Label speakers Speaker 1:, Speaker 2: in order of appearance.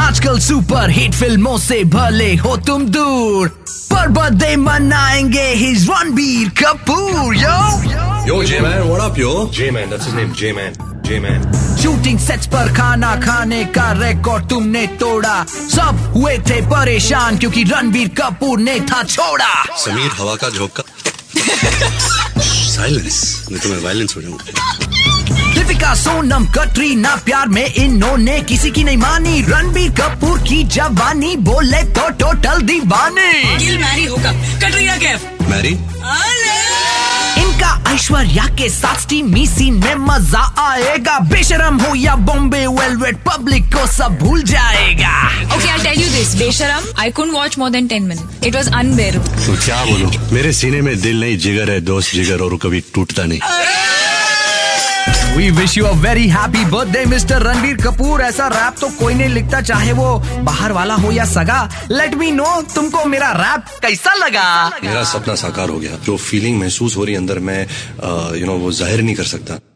Speaker 1: आजकल super hit फिल्मों से भले हो तुम दूर पर बर्थडे मनाएंगे his Ranbir Kapoor yo
Speaker 2: Yo, J-Man, what up, yo? J-Man, that's his name, J-Man. J-Man.
Speaker 1: Shooting sets पर खाना खाने का रिकॉर्ड तुमने तोड़ा सब हुए थे परेशान क्योंकि रणबीर कपूर ने था छोड़ा
Speaker 2: समीर हवा का झोंका साइलेंस नहीं तो मैं वायलेंस हो जाऊंगा
Speaker 1: दीपिका सोनम कटरीना प्यार में इन्होंने किसी की नहीं मानी रणबीर कपूर की जवानी बोले तो टोटल दीवानी
Speaker 3: किल मैरी होगा कटरीना कैफ
Speaker 2: मैरी
Speaker 1: इनका ऐश्वर्या के साथ टीमी सीन में मजा आएगा बेशरम हो या बॉम्बे वेलवेट पब्लिक को सब भूल जाएगा
Speaker 3: okay I tell you this Besharam I can't watch more than ten minute it was unbearable
Speaker 2: तो क्या बोलो मेरे सीने में दिल नहीं जिगर है दोस्त जिगर और वो कभी टूटता नहीं
Speaker 1: we wish you a very happy birthday mister Ranbir Kapoor ऐसा रैप तो कोई नहीं लिखता चाहे वो बाहर वाला हो या सगा लेट मी नो तुमको मेरा रैप कैसा लगा
Speaker 2: मेरा सपना साकार हो गया जो फीलिंग महसूस हो रही है अंदर मैं यू नो uh, वो जाहिर नहीं कर सकता